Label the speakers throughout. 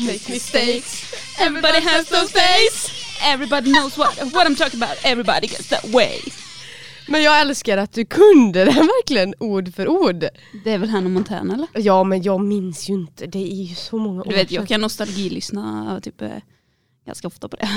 Speaker 1: makes mistakes. Everybody has those face. Everybody knows what, what I'm talking about. Everybody gets that way.
Speaker 2: Men jag älskar att du kunde det verkligen ord för ord.
Speaker 1: Det är väl Hannah Montana eller?
Speaker 2: Ja men jag minns ju inte, det är ju så många
Speaker 1: Du
Speaker 2: år
Speaker 1: vet jag
Speaker 2: sedan.
Speaker 1: kan nostalgilyssna typ eh, ganska ofta på det.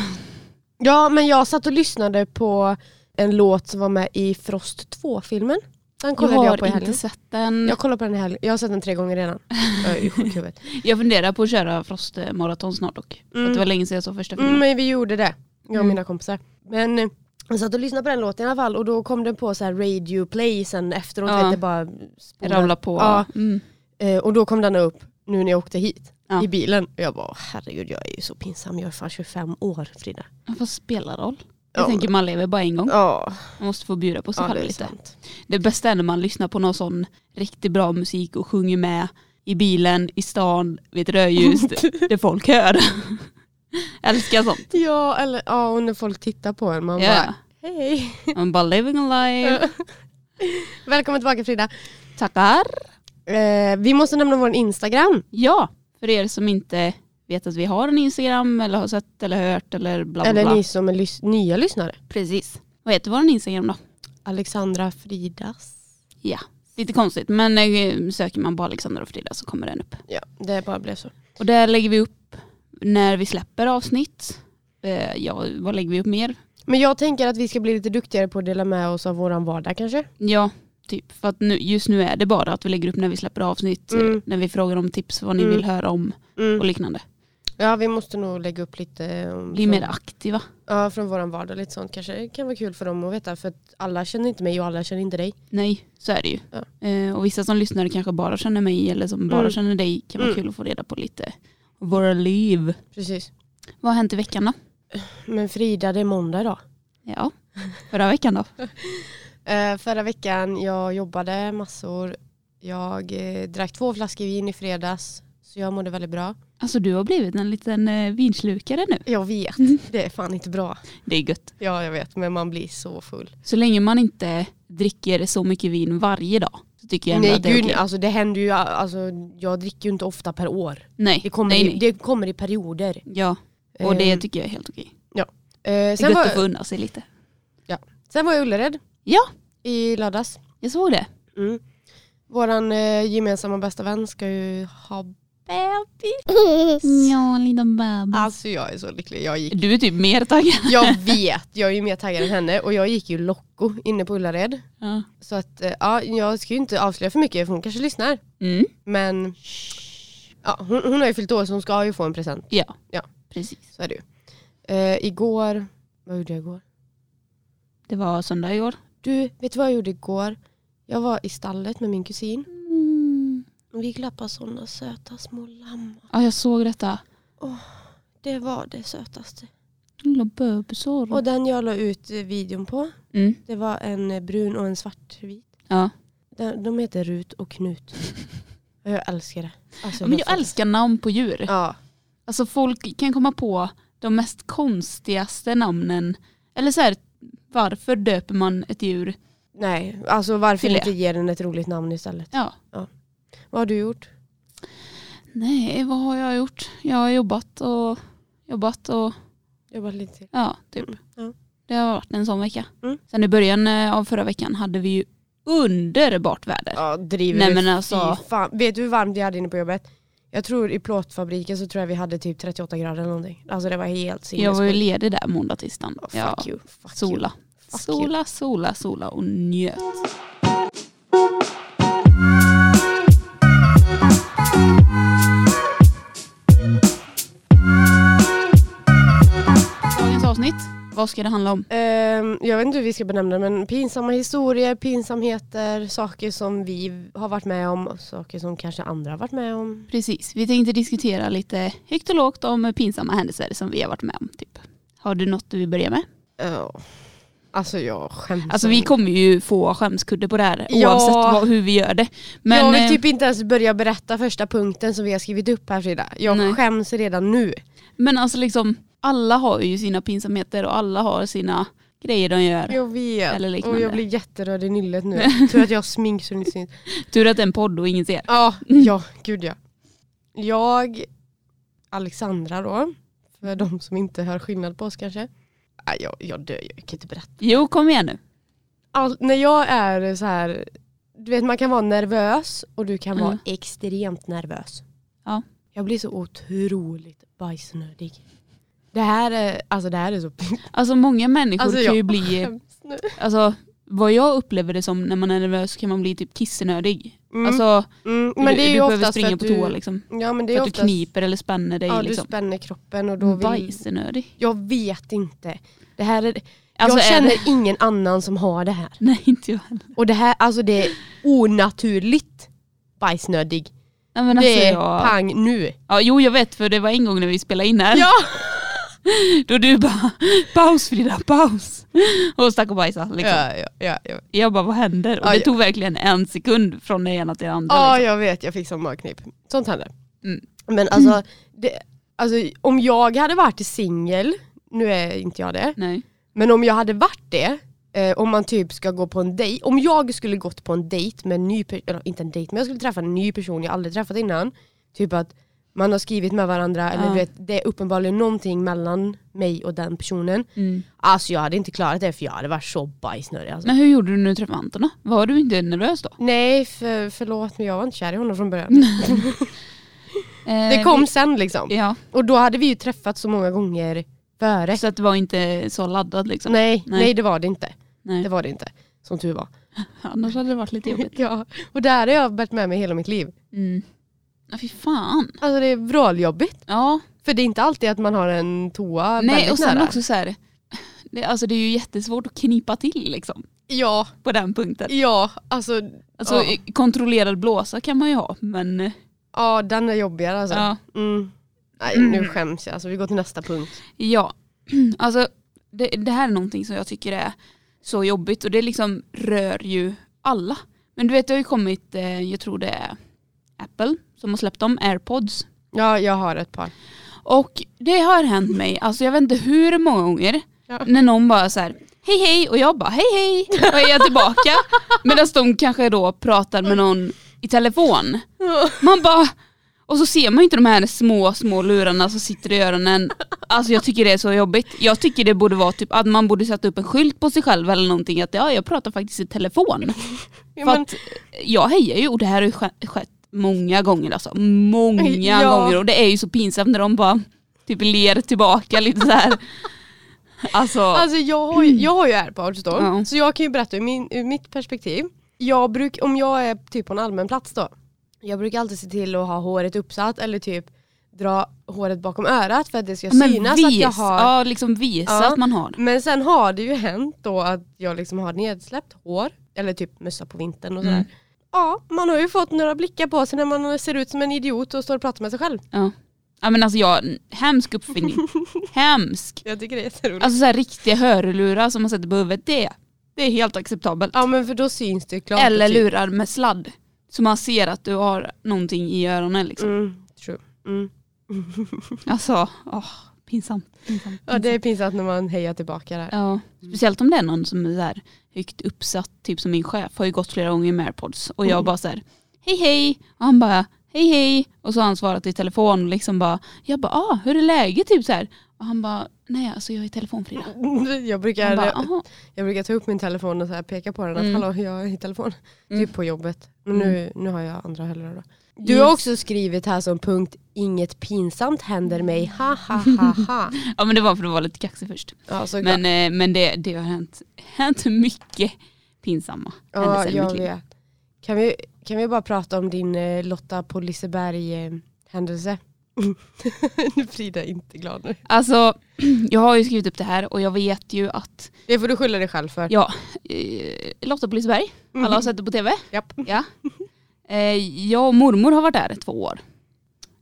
Speaker 2: Ja men jag satt och lyssnade på en låt som var med i Frost 2-filmen. Den
Speaker 1: Jag
Speaker 2: kollade jag,
Speaker 1: har
Speaker 2: på i helgen.
Speaker 1: inte sett den.
Speaker 2: Jag kollade på den i helgen, jag har sett den tre gånger redan. Jag är ju sjuk i huvudet.
Speaker 1: Jag funderar på att köra frostmaraton snart dock. För
Speaker 2: Mm.
Speaker 1: Att det var länge sedan jag såg första filmen.
Speaker 2: Mm, men vi gjorde det, jag och
Speaker 1: Mm.
Speaker 2: mina kompisar. Men eh, jag satt och lyssnade på den låten i alla fall och då kom den på så här radio play sen efteråt.
Speaker 1: Ja.
Speaker 2: Vet, det bara spolade.
Speaker 1: Ramla på.
Speaker 2: Ja.
Speaker 1: Mm.
Speaker 2: Eh, och då kom den upp nu när jag åkte hit
Speaker 1: Ja.
Speaker 2: i bilen. Och jag bara herregud jag är ju så pinsam, jag är fan 25 år Frida.
Speaker 1: Vad spelar roll? Jag
Speaker 2: Ja.
Speaker 1: tänker man lever bara en gång.
Speaker 2: Ja,
Speaker 1: Man måste få bjuda på sig
Speaker 2: ja det
Speaker 1: själv
Speaker 2: är
Speaker 1: lite.
Speaker 2: sant.
Speaker 1: Det bästa är när man lyssnar på någon sån riktigt bra musik och sjunger med i bilen, i stan, vid ett rödljus. det- det folk hör. Älskar sånt.
Speaker 2: Ja, eller, ja och när folk tittar på en man
Speaker 1: Ja.
Speaker 2: bara hej.
Speaker 1: I'm bara living a life.
Speaker 2: Välkommen tillbaka Frida.
Speaker 1: Tackar.
Speaker 2: Eh, vi måste nämna vår Instagram.
Speaker 1: Ja, för er som inte vet att vi har en Instagram eller har sett eller hört eller bla bla
Speaker 2: Eller
Speaker 1: bla.
Speaker 2: ni som är lys- nya lyssnare.
Speaker 1: Precis. Vad heter vår Instagram då?
Speaker 2: Alexandra Fridas.
Speaker 1: Ja, lite konstigt men eh, söker man på Alexander och Frida så kommer den upp.
Speaker 2: Ja, det bara blev så.
Speaker 1: Och där lägger vi upp när vi släpper avsnitt. Eh, ja, vad lägger vi upp mer?
Speaker 2: Men jag tänker att vi ska bli lite duktigare på att dela med oss av våran vardag kanske.
Speaker 1: Ja, typ. För att nu, just nu är det bara att vi lägger upp när vi släpper avsnitt. eh,
Speaker 2: Mm.
Speaker 1: När vi frågar om tips, vad ni
Speaker 2: Mm.
Speaker 1: vill höra om och liknande.
Speaker 2: Ja, vi måste nog lägga upp lite eh, om
Speaker 1: Bli mer aktiva.
Speaker 2: Ja, från våran vardag lite sånt kanske. Det kan vara kul för dem att veta för att alla känner inte mig och alla känner inte dig.
Speaker 1: Nej, så är det ju.
Speaker 2: Ja.
Speaker 1: Eh, och vissa som lyssnar kanske bara känner mig eller som bara
Speaker 2: Mm.
Speaker 1: känner dig. kan vara
Speaker 2: Mm.
Speaker 1: kul att få reda på lite. Våra liv.
Speaker 2: Precis.
Speaker 1: Vad har hänt i veckan då?
Speaker 2: Men Frida, det är måndag idag.
Speaker 1: Ja, förra veckan då?
Speaker 2: Eh, förra veckan, jag jobbade massor. Jag eh, drack två flaskor vin i fredags. Så jag mådde väldigt bra.
Speaker 1: Alltså du har blivit en liten eh, vinslukare nu.
Speaker 2: Jag vet, det är fan inte bra.
Speaker 1: Det är gött.
Speaker 2: Ja, jag vet, men man blir så full.
Speaker 1: Så länge man inte dricker så mycket vin varje dag så tycker jag ändå
Speaker 2: Nej
Speaker 1: att det är
Speaker 2: gud,
Speaker 1: okej.
Speaker 2: alltså det händer ju, alltså jag dricker ju inte ofta per år.
Speaker 1: Nej,
Speaker 2: Det kommer,
Speaker 1: nej,
Speaker 2: I,
Speaker 1: nej.
Speaker 2: det kommer i perioder.
Speaker 1: Ja, och det
Speaker 2: Ehm,
Speaker 1: tycker jag är helt okej.
Speaker 2: eh,
Speaker 1: Det är
Speaker 2: sen,
Speaker 1: gött att få
Speaker 2: var,
Speaker 1: unna sig lite.
Speaker 2: sen var jag i Ullared
Speaker 1: Ja,
Speaker 2: i lördags.
Speaker 1: jag såg det.
Speaker 2: Mm. Våran eh, gemensamma bästa vän ska ju ha bebis.
Speaker 1: Ja, en liten bebis.
Speaker 2: Alltså jag är så lycklig. Jag, gick,
Speaker 1: Du är typ mer taggad.
Speaker 2: jag vet, jag är ju mer taggad än henne och jag gick ju Locko inne på Ullared.
Speaker 1: Ja.
Speaker 2: Så att eh, ja, jag ska ju inte avslöja för mycket för hon kanske lyssnar.
Speaker 1: Mm.
Speaker 2: Men ja, hon, hon har ju fyllt år så hon ska ju få en present.
Speaker 1: Ja.
Speaker 2: Ja.
Speaker 1: precis.
Speaker 2: Så är det ju. Eh, igår, vad gjorde jag igår?
Speaker 1: Det var söndag i år.
Speaker 2: Du, vet du vad jag gjorde igår? Jag var i stallet med min kusin.
Speaker 1: Mm.
Speaker 2: Och vi klappade sådana söta små lammar.
Speaker 1: Ja, jag såg detta.
Speaker 2: Det var det sötaste.
Speaker 1: Lilla bebisar.
Speaker 2: Och den jag la ut eh, videon på,
Speaker 1: Mm.
Speaker 2: det var en eh, brun och en svartvit.
Speaker 1: Ja.
Speaker 2: De, de heter Rut och Knut. Och Jag älskar det. Alltså,
Speaker 1: Men
Speaker 2: helt
Speaker 1: jag älskar namn på djur.
Speaker 2: fantastiskt. Ja.
Speaker 1: Alltså folk kan komma på de mest konstigaste namnen. Eller så här, varför döper man ett djur?
Speaker 2: Nej, alltså varför
Speaker 1: Till det.
Speaker 2: inte ge den ett roligt namn istället?
Speaker 1: Ja.
Speaker 2: Vad har du gjort?
Speaker 1: Nej, vad har jag gjort? Jag har jobbat och jobbat och
Speaker 2: Jobbat lite till.
Speaker 1: ja, typ.
Speaker 2: Mm, ja.
Speaker 1: Det har varit en sån vecka.
Speaker 2: Mm.
Speaker 1: Sen i början eh, av förra veckan hade vi ju underbart väder.
Speaker 2: Ja, driver
Speaker 1: Nej,
Speaker 2: du?
Speaker 1: men
Speaker 2: Fy
Speaker 1: alltså-
Speaker 2: fan. Vet du hur varmt vi hade inne på jobbet? Jag tror i plåtfabriken så tror jag vi hade typ 38 grader eller någonting. Alltså det var helt
Speaker 1: jag var ju
Speaker 2: sinnessjukt.
Speaker 1: ledig där måndag, tisdagen.
Speaker 2: Oh, fuck
Speaker 1: ja.
Speaker 2: you. Fuck
Speaker 1: Sola.
Speaker 2: You. Fuck you.
Speaker 1: Sola, sola, sola och njöt. Dagens avsnitt, vad ska det handla om?
Speaker 2: Ehm, jag vet inte hur vi ska benämna det men pinsamma historier, pinsamheter, saker som vi har varit med om, saker som kanske andra har varit med om.
Speaker 1: Precis, vi tänkte diskutera lite högt och lågt om pinsamma händelser som vi har varit med om. Typ. Har du något du vill börja med?
Speaker 2: Ja. Alltså jag skäms.
Speaker 1: Alltså vi kommer ju få skämskudde på det här
Speaker 2: Ja.
Speaker 1: oavsett vad, hur vi gör det. Men,
Speaker 2: jag vill
Speaker 1: eh,
Speaker 2: typ inte ens börja berätta första punkten som vi har skrivit upp här Frida. Jag
Speaker 1: Nej.
Speaker 2: skäms redan nu.
Speaker 1: Men alltså liksom, alla har ju sina pinsamheter och alla har sina grejer de gör.
Speaker 2: Jag vet.
Speaker 1: Eller liknande.
Speaker 2: och jag blir jätteröd i nyllet nu. Tur att jag har smink så det inte syns. Mm.
Speaker 1: Tur att det är en podd och ingen ser.
Speaker 2: Ja, ja, gud ja. Jag, Alexandra då. För de som inte hör skillnad på oss kanske. Nej, jag, jag dör, jag kan inte berätta.
Speaker 1: Jo kom igen nu.
Speaker 2: All, när jag är så här, du vet man kan vara nervös och du kan
Speaker 1: Mm.
Speaker 2: vara extremt nervös.
Speaker 1: Ja.
Speaker 2: Jag blir så otroligt bajsnödig. Det här är, alltså det här är så
Speaker 1: Alltså många människor
Speaker 2: Alltså,
Speaker 1: kan
Speaker 2: jag-
Speaker 1: ju bli,
Speaker 2: nu.
Speaker 1: alltså vad jag upplever det som när man är nervös kan man bli typ kissenödig.
Speaker 2: Mm.
Speaker 1: Alltså
Speaker 2: Mm,
Speaker 1: du,
Speaker 2: men det är
Speaker 1: du
Speaker 2: ju
Speaker 1: behöver
Speaker 2: oftast för
Speaker 1: springa
Speaker 2: att
Speaker 1: på
Speaker 2: du,
Speaker 1: toa liksom.
Speaker 2: ja, men det är
Speaker 1: För att du
Speaker 2: oftast,
Speaker 1: kniper eller spänner dig
Speaker 2: ja,
Speaker 1: liksom.
Speaker 2: du spänner kroppen och då vill,
Speaker 1: Bajsenödig.
Speaker 2: jag vet inte. Det här är,
Speaker 1: Alltså, är
Speaker 2: jag känner
Speaker 1: det-
Speaker 2: ingen annan som har det här.
Speaker 1: Nej inte jag heller.
Speaker 2: Och det här, alltså det är onaturligt bajsnödig.
Speaker 1: Nej, men alltså,
Speaker 2: det är
Speaker 1: jag...
Speaker 2: pang nu.
Speaker 1: ja, jo jag vet för det var en gång när vi spelade in här.
Speaker 2: Ja!
Speaker 1: Då du bara paus Frida, paus. Och stack och bajsade liksom.
Speaker 2: Ja, ja, ja, ja.
Speaker 1: Jag bara vad händer? Och
Speaker 2: Ja,
Speaker 1: det
Speaker 2: ja.
Speaker 1: tog verkligen en sekund från det ena till det andra.
Speaker 2: ja
Speaker 1: liksom.
Speaker 2: jag vet, jag fick sån magknip. Sånt händer.
Speaker 1: Mm.
Speaker 2: Men alltså, det, alltså, om jag hade varit singel, nu är inte jag det,
Speaker 1: liksom. Nej.
Speaker 2: men om jag hade varit det, eh, om man typ ska gå på en dejt, om jag skulle gått på en dejt med en ny person, eller inte en dejt, men jag skulle träffa en ny person jag aldrig träffat innan, typ att man har skrivit med varandra, eller
Speaker 1: Ja.
Speaker 2: du vet, det är uppenbarligen någonting mellan mig och den personen.
Speaker 1: Mm.
Speaker 2: Alltså jag hade inte klarat det för jag hade varit så bajsnödig alltså.
Speaker 1: Men hur gjorde du när du träffade Anton då? Var du inte nervös då?
Speaker 2: Nej för, förlåt men jag var inte kär i honom från början. Det kom sen liksom.
Speaker 1: Eh, Ja,
Speaker 2: Och då hade vi ju träffats så många gånger före.
Speaker 1: så att det var inte så laddat liksom.
Speaker 2: Nej,
Speaker 1: Nej. Mm.
Speaker 2: nej. det var det inte.
Speaker 1: Nej.
Speaker 2: Det var det inte. Som tur var.
Speaker 1: Annars hade det varit lite jobbigt.
Speaker 2: Ja, och det här har jag bärt med mig hela mitt liv.
Speaker 1: Mm. Ja fy fan.
Speaker 2: Alltså det är vråljobbigt.
Speaker 1: Ja.
Speaker 2: För det är inte alltid att man har en toa
Speaker 1: Nej
Speaker 2: väldigt
Speaker 1: och sen
Speaker 2: nära.
Speaker 1: också så här. Det, alltså det är ju jättesvårt att knipa till liksom.
Speaker 2: Ja,
Speaker 1: På den punkten.
Speaker 2: ja, alltså
Speaker 1: Alltså
Speaker 2: Ja.
Speaker 1: kontrollerad blåsa kan man ju ha men
Speaker 2: ja, den är jobbigare alltså.
Speaker 1: ja.
Speaker 2: Mm. Nej nu skäms jag, alltså, vi går till nästa punkt.
Speaker 1: Ja, alltså det, det här är någonting som jag tycker är så jobbigt och det liksom rör ju alla. Men du vet det har ju kommit, eh, jag tror det är Apple som har släppt dem, airpods.
Speaker 2: Ja, jag har ett par.
Speaker 1: Och det har hänt mig, alltså jag vet inte hur många gånger,
Speaker 2: Ja.
Speaker 1: när någon bara så här hej hej och jag bara hej hej och är jag tillbaka. Medan de kanske då pratar med någon i telefon. Man bara, och så ser man ju inte de här små, små lurarna som sitter i öronen. Alltså jag tycker det är så jobbigt. Jag tycker det borde vara typ att man borde sätta upp en skylt på sig själv eller någonting att ja, jag pratar faktiskt i telefon.
Speaker 2: Ja,
Speaker 1: För
Speaker 2: men,
Speaker 1: att jag hejar ju och det här har ju ske- skett många gånger alltså. Många
Speaker 2: Ja.
Speaker 1: gånger och det är ju så pinsamt när de bara typ ler tillbaka lite så här. Alltså,
Speaker 2: alltså jag har, ju, jag har ju airpods då,
Speaker 1: Ja.
Speaker 2: så jag kan ju berätta ur, min, ur mitt perspektiv. Jag bruk, om jag är typ på en allmän plats då, jag brukar alltid se till att ha håret uppsatt eller typ dra håret bakom örat för att det ska synas att jag har
Speaker 1: ja, liksom visa
Speaker 2: Ja.
Speaker 1: att man har.
Speaker 2: Men sen har det ju hänt då att jag liksom har nedsläppt hår, eller typ mössa på vintern och sådär.
Speaker 1: Mm.
Speaker 2: Ja, man har ju fått några blickar på sig när man ser ut som en idiot och står och pratar med sig själv.
Speaker 1: Ja. ja men alltså jag, hemsk uppfinning. hemsk.
Speaker 2: Jag tycker det är jätteroligt.
Speaker 1: Alltså så här riktiga hörlurar som man sätter på huvudet, det, det är helt acceptabelt.
Speaker 2: ja men för då syns det typ- klart. och
Speaker 1: Eller
Speaker 2: tydligt.
Speaker 1: lurar med sladd. Så man ser att du har någonting i öronen liksom.
Speaker 2: Mm, true. Mm.
Speaker 1: Alltså, åh, pinsamt. pinsamt,
Speaker 2: Ja det
Speaker 1: pinsamt.
Speaker 2: är pinsamt när man hejar tillbaka där.
Speaker 1: Ja. Speciellt om det är någon som är så här högt uppsatt, typ som min chef har ju gått flera gånger med airpods och
Speaker 2: Mm.
Speaker 1: jag bara så här, hej hej och han bara hej hej och så har han svarat i telefon och liksom bara, jag bara ah, hur är läget typ så här och han bara nej alltså jag är telefonfri.
Speaker 2: Jag
Speaker 1: Han
Speaker 2: brukar,
Speaker 1: bara, aha.
Speaker 2: jag brukar ta upp min telefon och så här peka på den att
Speaker 1: Mm.
Speaker 2: hallå jag är i telefon.
Speaker 1: Mm.
Speaker 2: Typ på jobbet. Men nu, nu har jag andra hörlurar då. Du
Speaker 1: Just.
Speaker 2: har också skrivit här som punkt inget pinsamt händer mig, ha ha ha ha.
Speaker 1: Ja men det var för att vara lite kaxig först.
Speaker 2: Ja, så
Speaker 1: Men, eh, men det, det har hänt, hänt mycket pinsamma
Speaker 2: Ja,
Speaker 1: händelser i
Speaker 2: jag
Speaker 1: mitt liv.
Speaker 2: vet. Kan vi, kan vi bara prata om din eh, Lotta på Liseberg-händelse? nu Frida är inte glad nu.
Speaker 1: Alltså, jag har ju skrivit upp det här och jag vet ju att
Speaker 2: Det får du skylla dig själv för.
Speaker 1: ja, eh, Lotta på Liseberg,
Speaker 2: Mm.
Speaker 1: alla har sett det på tv.
Speaker 2: Japp.
Speaker 1: Ja. Eh, jag och mormor har varit där två år.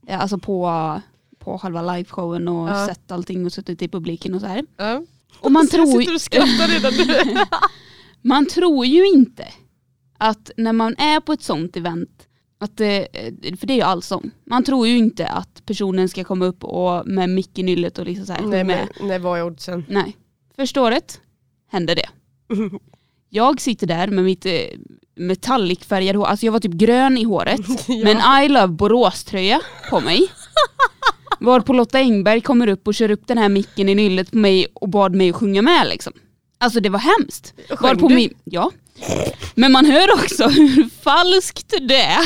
Speaker 1: Eh, alltså på, på själva liveshowen och
Speaker 2: Ja.
Speaker 1: sett allting och suttit i publiken och så här.
Speaker 2: Ja.
Speaker 1: Och man
Speaker 2: Så jag
Speaker 1: tror,
Speaker 2: sitter och skrattar redan nu.
Speaker 1: Man tror ju inte att när man är på ett sånt event, att, det- för det är ju allsång, man tror ju inte att personen ska komma upp och med mick i nyllet och liksom så här.
Speaker 2: nej,
Speaker 1: med.
Speaker 2: men, nej, vad är oddsen?
Speaker 1: Nej. Första året hände det. Jag sitter där med mitt eh, metallicfärgade hår, alltså jag var typ grön i håret,
Speaker 2: Ja.
Speaker 1: med en I love Borås-tröja på mig. Varpå Lotta Engberg kommer upp och kör upp den här micken i nyllet på mig och bad mig att sjunga med liksom. Alltså det var hemskt.
Speaker 2: Sjöng
Speaker 1: Varpå
Speaker 2: du?
Speaker 1: min, ja. Men man hör också hur falskt det är.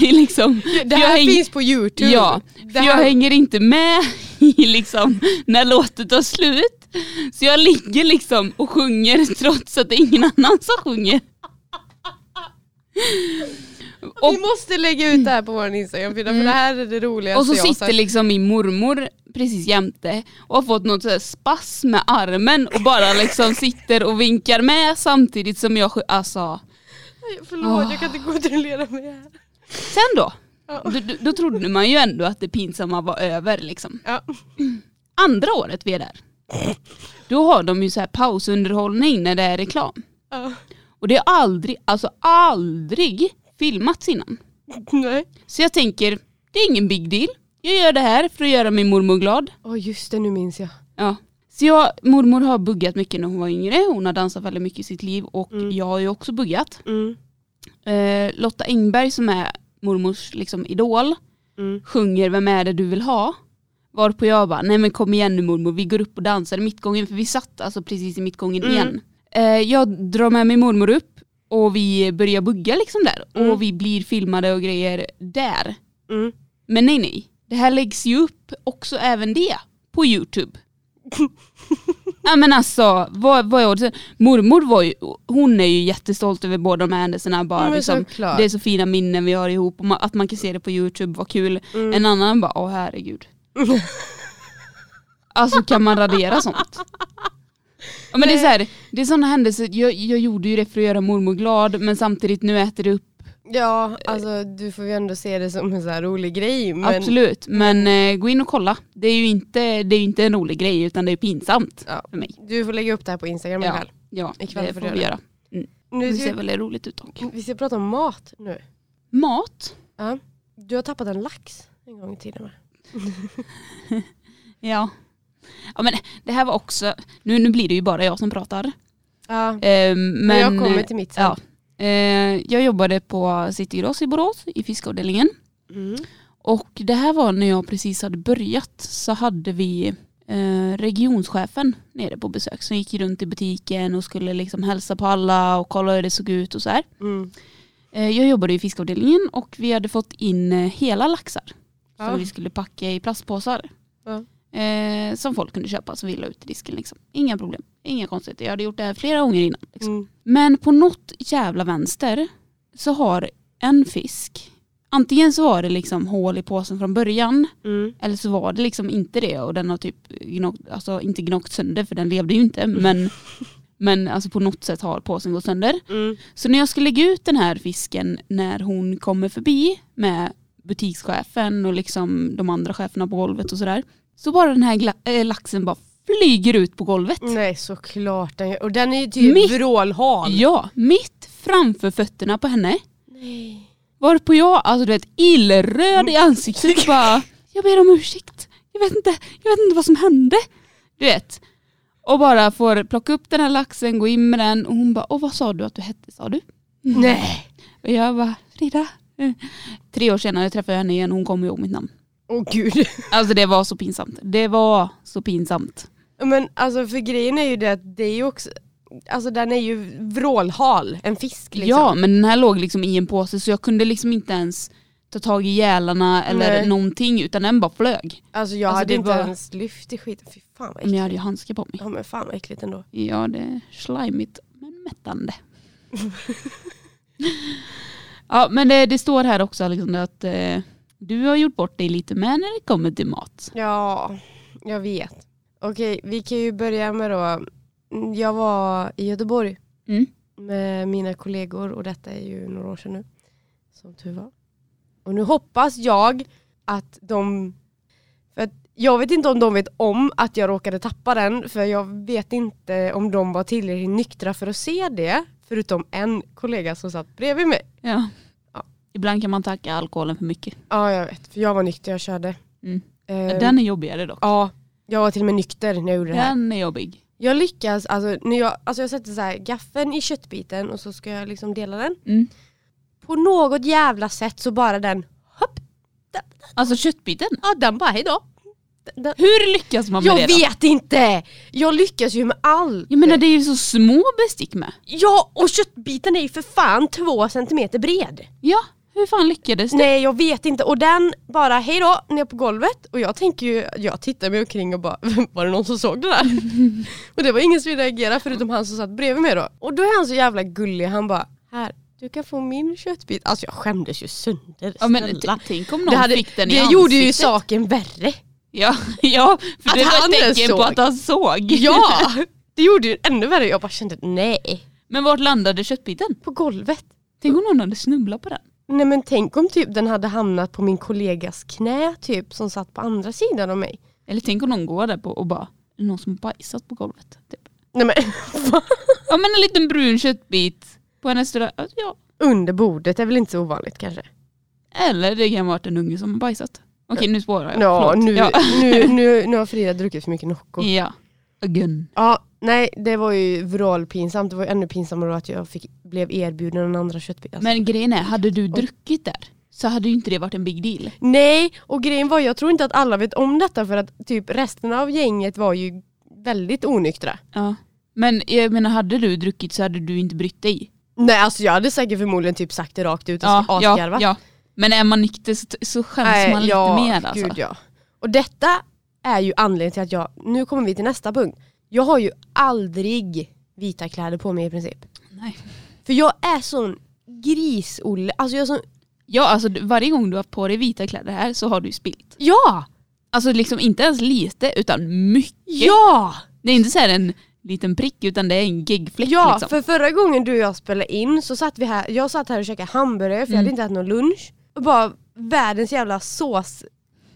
Speaker 1: det är liksom,
Speaker 2: alltså, Det
Speaker 1: jag
Speaker 2: här
Speaker 1: häng-
Speaker 2: finns på youtube.
Speaker 1: Ja,
Speaker 2: det
Speaker 1: för
Speaker 2: här,
Speaker 1: jag hänger inte med i liksom när låten tar slut. Så jag ligger liksom och sjunger trots att det är ingen annan som sjunger. och- Mm.
Speaker 2: Vi måste lägga ut det här på vår instagram för det här är det roligaste
Speaker 1: Och så
Speaker 2: Alltså, jag har
Speaker 1: sitter
Speaker 2: sett.
Speaker 1: liksom min mormor precis jämte och har fått något så här spass med armen och bara liksom sitter och vinkar med samtidigt som jag sj- Alltså,
Speaker 2: Nej, Förlåt jag kan inte kontrollera mig här.
Speaker 1: sen då?
Speaker 2: Ja.
Speaker 1: Då, då, då trodde man ju ändå att det pinsamma var över liksom.
Speaker 2: Ja.
Speaker 1: Andra året vi är där, då har de ju så här pausunderhållning när det är reklam.
Speaker 2: Ja.
Speaker 1: Och det har aldrig, alltså aldrig filmats innan.
Speaker 2: Nej.
Speaker 1: Så jag tänker, det är ingen big deal. Jag gör det här för att göra min mormor glad.
Speaker 2: Åh just det, nu minns jag.
Speaker 1: Ja. Så jag, mormor har buggat mycket när hon var yngre. Hon har dansat väldigt mycket i sitt liv och jag har ju också buggat.
Speaker 2: Mm.
Speaker 1: Eh, Lotta Engberg som är mormors liksom, idol
Speaker 2: Mm.
Speaker 1: sjunger Vem är det du vill ha? Varpå jag bara, nej men kom igen nu mormor, vi går upp och dansar i mittgången för vi satt alltså precis i mittgången
Speaker 2: Mm.
Speaker 1: igen. Eh, jag drar med mig mormor upp och vi börjar bugga liksom där
Speaker 2: Mm.
Speaker 1: och vi blir filmade och grejer där.
Speaker 2: Mm.
Speaker 1: Men nej nej, det här läggs ju upp också även det på Youtube. ja men alltså, vad, vad jag, mormor var ju, hon är ju jättestolt över båda de här händelserna. Bara,
Speaker 2: Ja, men
Speaker 1: liksom,
Speaker 2: såklart.
Speaker 1: det är så fina minnen vi har ihop och ma- att man kan se det på Youtube, vad kul.
Speaker 2: Mm.
Speaker 1: En annan bara, åh herregud. alltså kan man radera sånt? Ja, men det är så här, det är sådana händelser, jag, jag gjorde ju det för att göra mormor glad men samtidigt nu äter det upp
Speaker 2: Ja, alltså du får ju ändå se det som en så här rolig grej. Men,
Speaker 1: Absolut, men eh, gå in och kolla. Det är ju inte, det är ju inte en rolig grej utan det är pinsamt
Speaker 2: Ja.
Speaker 1: för mig.
Speaker 2: Du får lägga upp det här på Instagram
Speaker 1: Ja,
Speaker 2: ikväll.
Speaker 1: ja det
Speaker 2: Ikväll
Speaker 1: får
Speaker 2: får du
Speaker 1: vi
Speaker 2: göra
Speaker 1: göra.
Speaker 2: Nu
Speaker 1: Det
Speaker 2: ska
Speaker 1: ser
Speaker 2: vi,
Speaker 1: väldigt roligt ut dock.
Speaker 2: vi ska prata om mat nu.
Speaker 1: Mat?
Speaker 2: Ja. Du har tappat en lax en gång i tiden va?
Speaker 1: Ja. ja men det här var också, nu, nu blir det ju bara jag som pratar.
Speaker 2: Ja, men,
Speaker 1: Eh, men,
Speaker 2: jag kommer till mitt sen.
Speaker 1: ja. Eh, jag jobbade på City Gross i Borås i fiskavdelningen.
Speaker 2: Mm.
Speaker 1: Och det här var när jag precis hade börjat så hade vi eh, regionschefen nere på besök som gick runt i butiken och skulle liksom hälsa på alla och kolla hur det såg ut och så här.
Speaker 2: Mm.
Speaker 1: Eh, jag jobbade i fiskavdelningen och vi hade fått in eh, hela laxar
Speaker 2: Ja.
Speaker 1: som vi skulle packa i plastpåsar.
Speaker 2: Ja.
Speaker 1: Eh, som folk kunde köpa som vi la ut i disken. Liksom. Inga problem, inga konstigheter. Jag hade gjort det här flera gånger innan. Liksom.
Speaker 2: Mm.
Speaker 1: Men på något jävla vänster så har en fisk, antingen så var det liksom hål i påsen från början
Speaker 2: Mm.
Speaker 1: eller så var det liksom inte det och den har typ gnockt, alltså inte gnockt sönder för den levde ju inte men, men alltså på något sätt har påsen gått sönder.
Speaker 2: Mm.
Speaker 1: Så när jag ska lägga ut den här fisken när hon kommer förbi med butikschefen och liksom de andra cheferna på golvet och sådär så bara den här gla- äh, laxen bara flyger ut på golvet.
Speaker 2: Nej såklart den gör. Och den är ju typ
Speaker 1: Mitt-
Speaker 2: vrålhal.
Speaker 1: Ja, mitt framför fötterna på henne
Speaker 2: Nej.
Speaker 1: Varpå jag, alltså du vet, illröd i ansiktet bara, jag ber om ursäkt. Jag vet inte, jag vet inte vad som hände. Du vet. Och bara får plocka upp den här laxen, gå in med den och hon bara, och vad sa du att du hette sa du?
Speaker 2: Nej.
Speaker 1: Och jag bara, Frida. Mm. Tre år senare träffade jag henne igen och hon kom ihåg mitt namn.
Speaker 2: Åh gud.
Speaker 1: Alltså det var så pinsamt. Det var så pinsamt.
Speaker 2: Men alltså för grejen är ju det att det är ju också, alltså den är ju vrålhal, en fisk liksom.
Speaker 1: Ja, men den här låg liksom i en påse så jag kunde liksom inte ens ta tag i gälarna eller
Speaker 2: Nej.
Speaker 1: någonting utan den bara flög.
Speaker 2: Alltså jag
Speaker 1: Alltså,
Speaker 2: hade
Speaker 1: det
Speaker 2: inte
Speaker 1: var-
Speaker 2: ens lyft i skiten, fy fan vad
Speaker 1: Men
Speaker 2: äckligt.
Speaker 1: jag hade ju handskar på mig.
Speaker 2: Ja men fan vad äckligt ändå.
Speaker 1: Ja, det är slimigt men mättande. ja, men det, det står här också Alexander att eh, du har gjort bort dig lite med när det kommer till mat.
Speaker 2: Ja, jag vet. Okej, vi kan ju börja med då, mm, jag var i Göteborg
Speaker 1: Mm.
Speaker 2: med mina kollegor och detta är ju några år sedan nu, som tur var. Och nu hoppas jag att de, för att jag vet inte om de vet om att jag råkade tappa den, för jag vet inte om de var tillräckligt nyktra för att se det, förutom en kollega som satt bredvid mig.
Speaker 1: Ja.
Speaker 2: Ja.
Speaker 1: Ibland kan man tacka alkoholen för mycket.
Speaker 2: Ja, jag vet, för jag var nykter, jag körde.
Speaker 1: Mm.
Speaker 2: Eh,
Speaker 1: Den är jobbigare dock.
Speaker 2: Ja, jag var till och med nykter när jag gjorde det här.
Speaker 1: Den är jobbig.
Speaker 2: Jag lyckas, alltså, när jag, alltså jag sätter så här, gaffeln i köttbiten och så ska jag liksom dela den.
Speaker 1: Mm.
Speaker 2: På något jävla sätt så bara den, hopp,
Speaker 1: Alltså köttbiten.
Speaker 2: Ja den bara hejdå. Den, den.
Speaker 1: Hur lyckas man med
Speaker 2: Jag
Speaker 1: det då?
Speaker 2: vet inte! Jag lyckas ju med allt.
Speaker 1: Jag menar det är ju så små bestick med.
Speaker 2: Ja och köttbiten är ju för fan två centimeter bred.
Speaker 1: Ja, hur fan lyckades du?
Speaker 2: Nej jag vet inte och den bara hejdå ner på golvet och jag tänker ju, jag tittar mig omkring och bara var det någon som såg det där? och det var ingen som reagerade förutom han som satt bredvid mig då. Och då är han så jävla gullig, han bara här du kan få min köttbit. Alltså jag skämdes ju sönder.
Speaker 1: Ja, men
Speaker 2: snälla.
Speaker 1: t- tänk om någon
Speaker 2: det hade-
Speaker 1: fick den i
Speaker 2: det
Speaker 1: ansiktet.
Speaker 2: gjorde ju saken värre.
Speaker 1: Ja, ja för
Speaker 2: Att
Speaker 1: det var
Speaker 2: han
Speaker 1: ett tecken
Speaker 2: såg.
Speaker 1: på att han såg.
Speaker 2: Ja! Det gjorde ju ännu värre, jag bara kände nej.
Speaker 1: Men vart landade köttbiten?
Speaker 2: På golvet.
Speaker 1: Tänk om någon hade snubblat på den.
Speaker 2: Nej men tänk om typ den hade hamnat på min kollegas knä typ som satt på andra sidan av mig.
Speaker 1: Eller tänk om någon går där på och bara, "Är det någon som bajsat på golvet. Typ.
Speaker 2: Nej men va?
Speaker 1: Ja men en liten brun köttbit på en restaurang. Ja.
Speaker 2: Under bordet är väl inte så ovanligt kanske?
Speaker 1: Eller det kan ha varit en unge som har bajsat. Okej nu spårar jag,
Speaker 2: Ja,
Speaker 1: Förlåt.
Speaker 2: nu,
Speaker 1: Ja. Mm.
Speaker 2: Nu, nu, nu har Frida druckit för mycket Nocco.
Speaker 1: ja. Again.
Speaker 2: Ja, nej det var ju vrålpinsamt. Det var ju ännu pinsammare att jag fick, blev erbjuden en andra köttbit. Alltså.
Speaker 1: Men grejen är, hade du druckit där så hade ju inte det varit en big deal.
Speaker 2: Nej, och grejen var jag tror inte att alla vet om detta för att typ resten av gänget var ju väldigt onyktra.
Speaker 1: Ja. Men jag menar hade du druckit så hade du inte brytt dig.
Speaker 2: Nej alltså jag hade säkert förmodligen typ sagt det rakt ut och ja,
Speaker 1: ja,
Speaker 2: asgarvat.
Speaker 1: ja. Men är man nykter så, så skäms man lite
Speaker 2: ja,
Speaker 1: mer alltså.
Speaker 2: Gud, ja. Och detta är ju anledningen till att jag, nu kommer vi till nästa punkt. Jag har ju aldrig vita kläder på mig i princip.
Speaker 1: Nej.
Speaker 2: För jag är sån gris-Olle, alltså jag är sån,
Speaker 1: Ja alltså du- varje gång du har på dig vita kläder här så har du ju spillt.
Speaker 2: ja!
Speaker 1: Alltså liksom inte ens lite utan mycket.
Speaker 2: Ja!
Speaker 1: Det är inte så här en liten prick utan det är en geggfläck
Speaker 2: Ja,
Speaker 1: liksom.
Speaker 2: för förra gången du och jag spelade in så satt vi här, jag satt här och käkade hamburgare för jag hade inte ätit någon lunch. Och bara världens jävla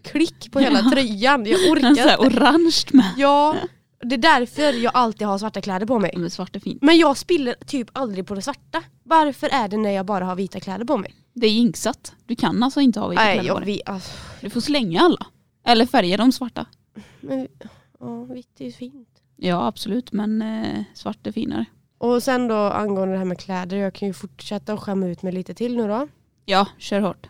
Speaker 2: såsklick på hela tröjan, jag
Speaker 1: Den är så
Speaker 2: orkar
Speaker 1: här
Speaker 2: inte.
Speaker 1: orange med.
Speaker 2: Ja, det är därför jag alltid har svarta kläder på mig.
Speaker 1: Ja, Men svart är fint.
Speaker 2: Men jag spiller typ aldrig på det svarta. Varför är det när jag bara har vita kläder på mig?
Speaker 1: Det är jinxat. Du kan alltså inte ha vita
Speaker 2: Nej,
Speaker 1: kläder på dig.
Speaker 2: jag, vi, alltså,
Speaker 1: Du får slänga alla. Eller färga dem svarta.
Speaker 2: men, ja, vitt är ju fint.
Speaker 1: Ja absolut men eh, svart är finare.
Speaker 2: Och sen då angående det här med kläder, jag kan ju fortsätta och skämma ut mig lite till nu då.
Speaker 1: Ja, kör hårt.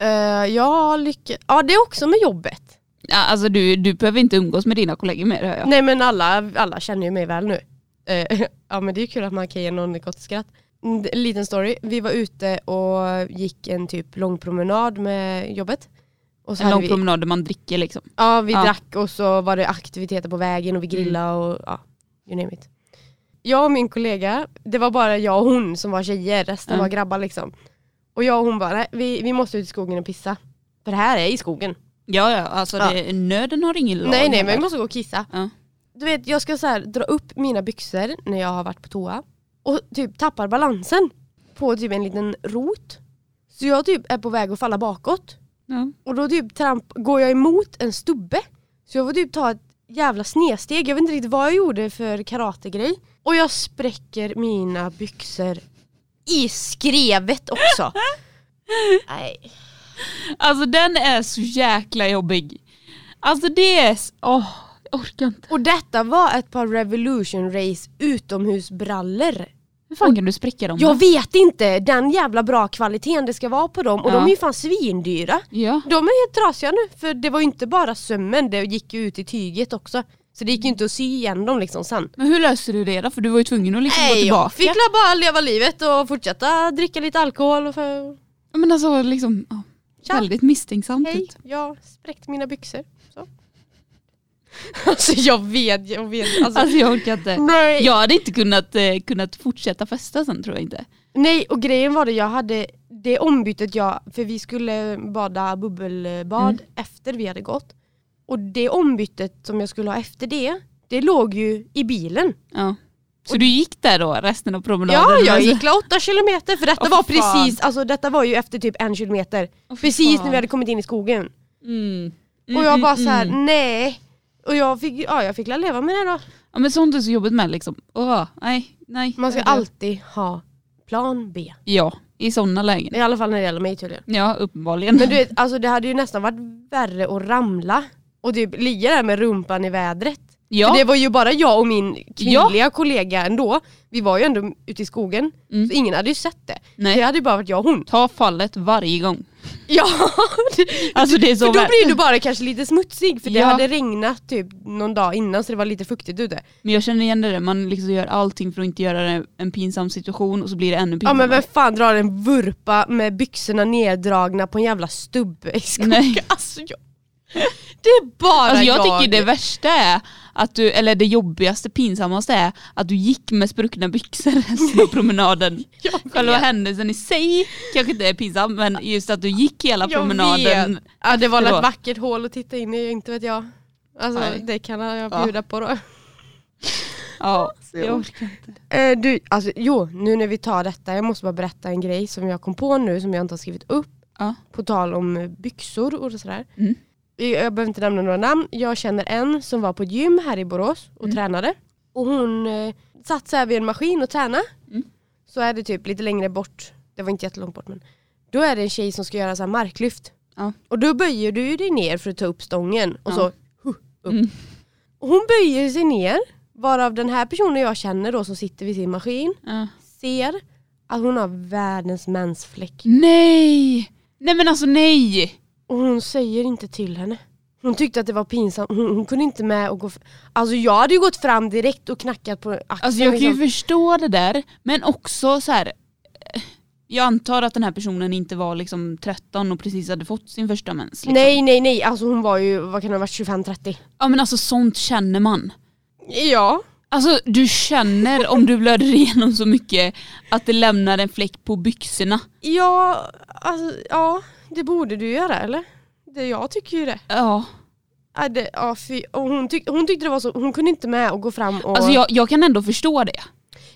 Speaker 2: Eh, jag har lyckats, ja det är också med jobbet.
Speaker 1: Ja, alltså du, du behöver inte umgås med dina kollegor mer hör jag.
Speaker 2: Nej men alla, alla känner ju mig väl nu. Eh, ja men det är ju kul att man kan ge någon ett gott skratt. Mm, En liten story, vi var ute och gick en typ lång promenad med jobbet. Och så
Speaker 1: En
Speaker 2: hade
Speaker 1: lång
Speaker 2: vi-
Speaker 1: promenad där man dricker liksom.
Speaker 2: Ja vi
Speaker 1: Ja.
Speaker 2: drack och så var det aktiviteter på vägen och vi grillade och ja, you name it. Jag och min kollega, det var bara jag och hon som var tjejer, resten
Speaker 1: Mm.
Speaker 2: var grabbar liksom. Och jag och hon bara, nej, vi, vi måste ut i skogen och pissa. För det här är i skogen.
Speaker 1: Ja, ja alltså
Speaker 2: Ja.
Speaker 1: Det, nöden har ingen lag.
Speaker 2: nej nej men vi
Speaker 1: heller.
Speaker 2: måste gå och kissa.
Speaker 1: Ja.
Speaker 2: Du vet jag ska så här, dra upp mina byxor när jag har varit på toa. Och typ tappar balansen på typ en liten rot. Så jag typ är på väg att falla bakåt.
Speaker 1: Ja.
Speaker 2: Och då typ tramp, går jag emot en stubbe. Så jag får typ ta ett jävla snedsteg. Jag vet inte riktigt vad jag gjorde för karategrej. Och jag spräcker mina byxor i skrevet också. Nej.
Speaker 1: Alltså den är så jäkla jobbig. Alltså det är... s- Åh, jag orkar inte.
Speaker 2: Och detta var ett par revolution race utomhusbrallor.
Speaker 1: Hur fan kan du spräcka dem?
Speaker 2: Jag
Speaker 1: då?
Speaker 2: vet inte den jävla bra kvaliteten det ska vara på dem och
Speaker 1: Ja.
Speaker 2: de är ju fan svindyra.
Speaker 1: ja.
Speaker 2: De är helt trasiga nu för det var ju inte bara sömmen, det gick ju ut i tyget också. Så det gick ju inte att sy igen dem liksom sen.
Speaker 1: Men hur löser du det då? För du var ju tvungen att liksom gå
Speaker 2: Nej, jag
Speaker 1: tillbaka.
Speaker 2: fick la bara leva livet och fortsätta dricka lite alkohol. Och för...
Speaker 1: Ja, Men alltså liksom... ja,
Speaker 2: Tja.
Speaker 1: Väldigt misstänksamt. typ.
Speaker 2: Hej,
Speaker 1: ut.
Speaker 2: jag spräckte mina byxor. Så. alltså jag vet, jag vet. Alltså,
Speaker 1: Alltså jag orkar inte.
Speaker 2: nej.
Speaker 1: Jag hade inte kunnat, eh, kunnat fortsätta festa sen tror jag inte.
Speaker 2: nej, och grejen var det jag hade, det ombytet jag, för vi skulle bada bubbelbad efter vi hade gått. Och det ombytet som jag skulle ha efter det, det låg ju i bilen.
Speaker 1: Ja. Så du gick där då resten av promenaden?
Speaker 2: Ja, jag
Speaker 1: Alltså-
Speaker 2: gick la åtta kilometer för detta
Speaker 1: Åh,
Speaker 2: var
Speaker 1: fy fan.
Speaker 2: precis, alltså detta var ju efter typ en kilometer.
Speaker 1: Åh, fy
Speaker 2: precis
Speaker 1: fan.
Speaker 2: när vi hade kommit in i skogen.
Speaker 1: Mm.
Speaker 2: Och
Speaker 1: Mm,
Speaker 2: jag
Speaker 1: mm,
Speaker 2: bara så här,
Speaker 1: mm.
Speaker 2: nej. Och jag fick, ja, jag fick la leva med det då.
Speaker 1: Ja, men sånt är så jobbigt med liksom. Åh, nej, nej.
Speaker 2: Man ska
Speaker 1: Det-
Speaker 2: alltid ha plan B.
Speaker 1: Ja, i sådana lägen.
Speaker 2: I alla fall när det gäller mig tydligen.
Speaker 1: Ja, uppenbarligen.
Speaker 2: Eh. Men du vet, alltså, det hade ju nästan varit värre att ramla och typ ligga där med rumpan i vädret.
Speaker 1: Ja.
Speaker 2: För det var ju bara jag och min
Speaker 1: Ja.
Speaker 2: kvinnliga kollega ändå. Vi var ju ändå ute i skogen.
Speaker 1: Mm.
Speaker 2: Så ingen hade ju sett det.
Speaker 1: Nej.
Speaker 2: Det hade ju bara varit jag och hon.
Speaker 1: Ta fallet varje gång.
Speaker 2: Ja,
Speaker 1: Alltså det är
Speaker 2: för
Speaker 1: så
Speaker 2: då
Speaker 1: värt-
Speaker 2: blir du bara kanske lite smutsig för det
Speaker 1: Ja.
Speaker 2: hade regnat typ någon dag innan så det var lite fuktigt ute.
Speaker 1: Men jag känner igen det där, man liksom gör allting för att inte göra det en pinsam situation och så blir det ännu
Speaker 2: Ja
Speaker 1: pinsammare.
Speaker 2: men vem fan drar en vurpa med byxorna neddragna på en jävla stubbe i skogen?
Speaker 1: Nej.
Speaker 2: Alltså jag... Det är bara
Speaker 1: Alltså jag tycker det värsta är, att du, eller det jobbigaste, pinsammaste är att du gick med spruckna byxor resten av promenaden.
Speaker 2: Jag
Speaker 1: Själva
Speaker 2: vet.
Speaker 1: händelsen i sig kanske inte är pinsam men just att du gick hela
Speaker 2: Jag
Speaker 1: promenaden.
Speaker 2: vet. Ja, det var väl
Speaker 1: efteråt.
Speaker 2: ett vackert hål att titta in i, inte vet jag. Alltså
Speaker 1: Nej.
Speaker 2: det kan jag
Speaker 1: Ja.
Speaker 2: bjuda på då.
Speaker 1: Ja,
Speaker 2: Så.
Speaker 1: jag orkar inte.
Speaker 2: Eh, du, alltså, jo, nu när vi tar detta, jag måste bara berätta en grej som jag kom på nu som jag inte har skrivit upp.
Speaker 1: Ja.
Speaker 2: På tal om eh, byxor och sådär.
Speaker 1: Mm.
Speaker 2: Eh, Jag behöver inte nämna några namn. Jag känner en som var på ett gym här i Borås och
Speaker 1: Mm.
Speaker 2: tränade. Och hon eh, satt så här vid en maskin och tränade.
Speaker 1: Mm.
Speaker 2: Så är det typ lite längre bort, det var inte jättelångt bort men. Då är det en tjej som ska göra så här marklyft.
Speaker 1: Ja.
Speaker 2: Och då böjer du ju dig ner för att ta upp stången och
Speaker 1: Ja.
Speaker 2: så huh, upp.
Speaker 1: Mm.
Speaker 2: Och hon böjer sig ner, varav den här personen jag känner då som sitter vid sin maskin
Speaker 1: Ja.
Speaker 2: ser att hon har världens mensfläck.
Speaker 1: Nej! Nej men alltså nej!
Speaker 2: Och hon säger inte till henne. Hon tyckte att det var pinsamt, hon, hon kunde inte med och gå... f- Alltså jag hade ju gått fram direkt och knackat på axeln.
Speaker 1: Alltså jag kan ju
Speaker 2: liksom.
Speaker 1: förstå det där men också så här. eh, Jag antar att den här personen inte var liksom 13 och precis hade fått sin första mens. Liksom.
Speaker 2: Nej nej nej, alltså hon var ju, vad kan det ha varit, 25-30?
Speaker 1: Ja men alltså sånt känner man.
Speaker 2: Ja.
Speaker 1: Alltså du känner om du blöder igenom så mycket att det lämnar en fläck på byxorna.
Speaker 2: Ja, alltså ja, det borde du göra eller? Det, jag tycker ju det.
Speaker 1: Ja.
Speaker 2: Ja, det ja, fy, och hon, tyck, hon tyckte det var så, hon kunde inte med och gå fram och...
Speaker 1: Alltså jag, jag kan ändå förstå det.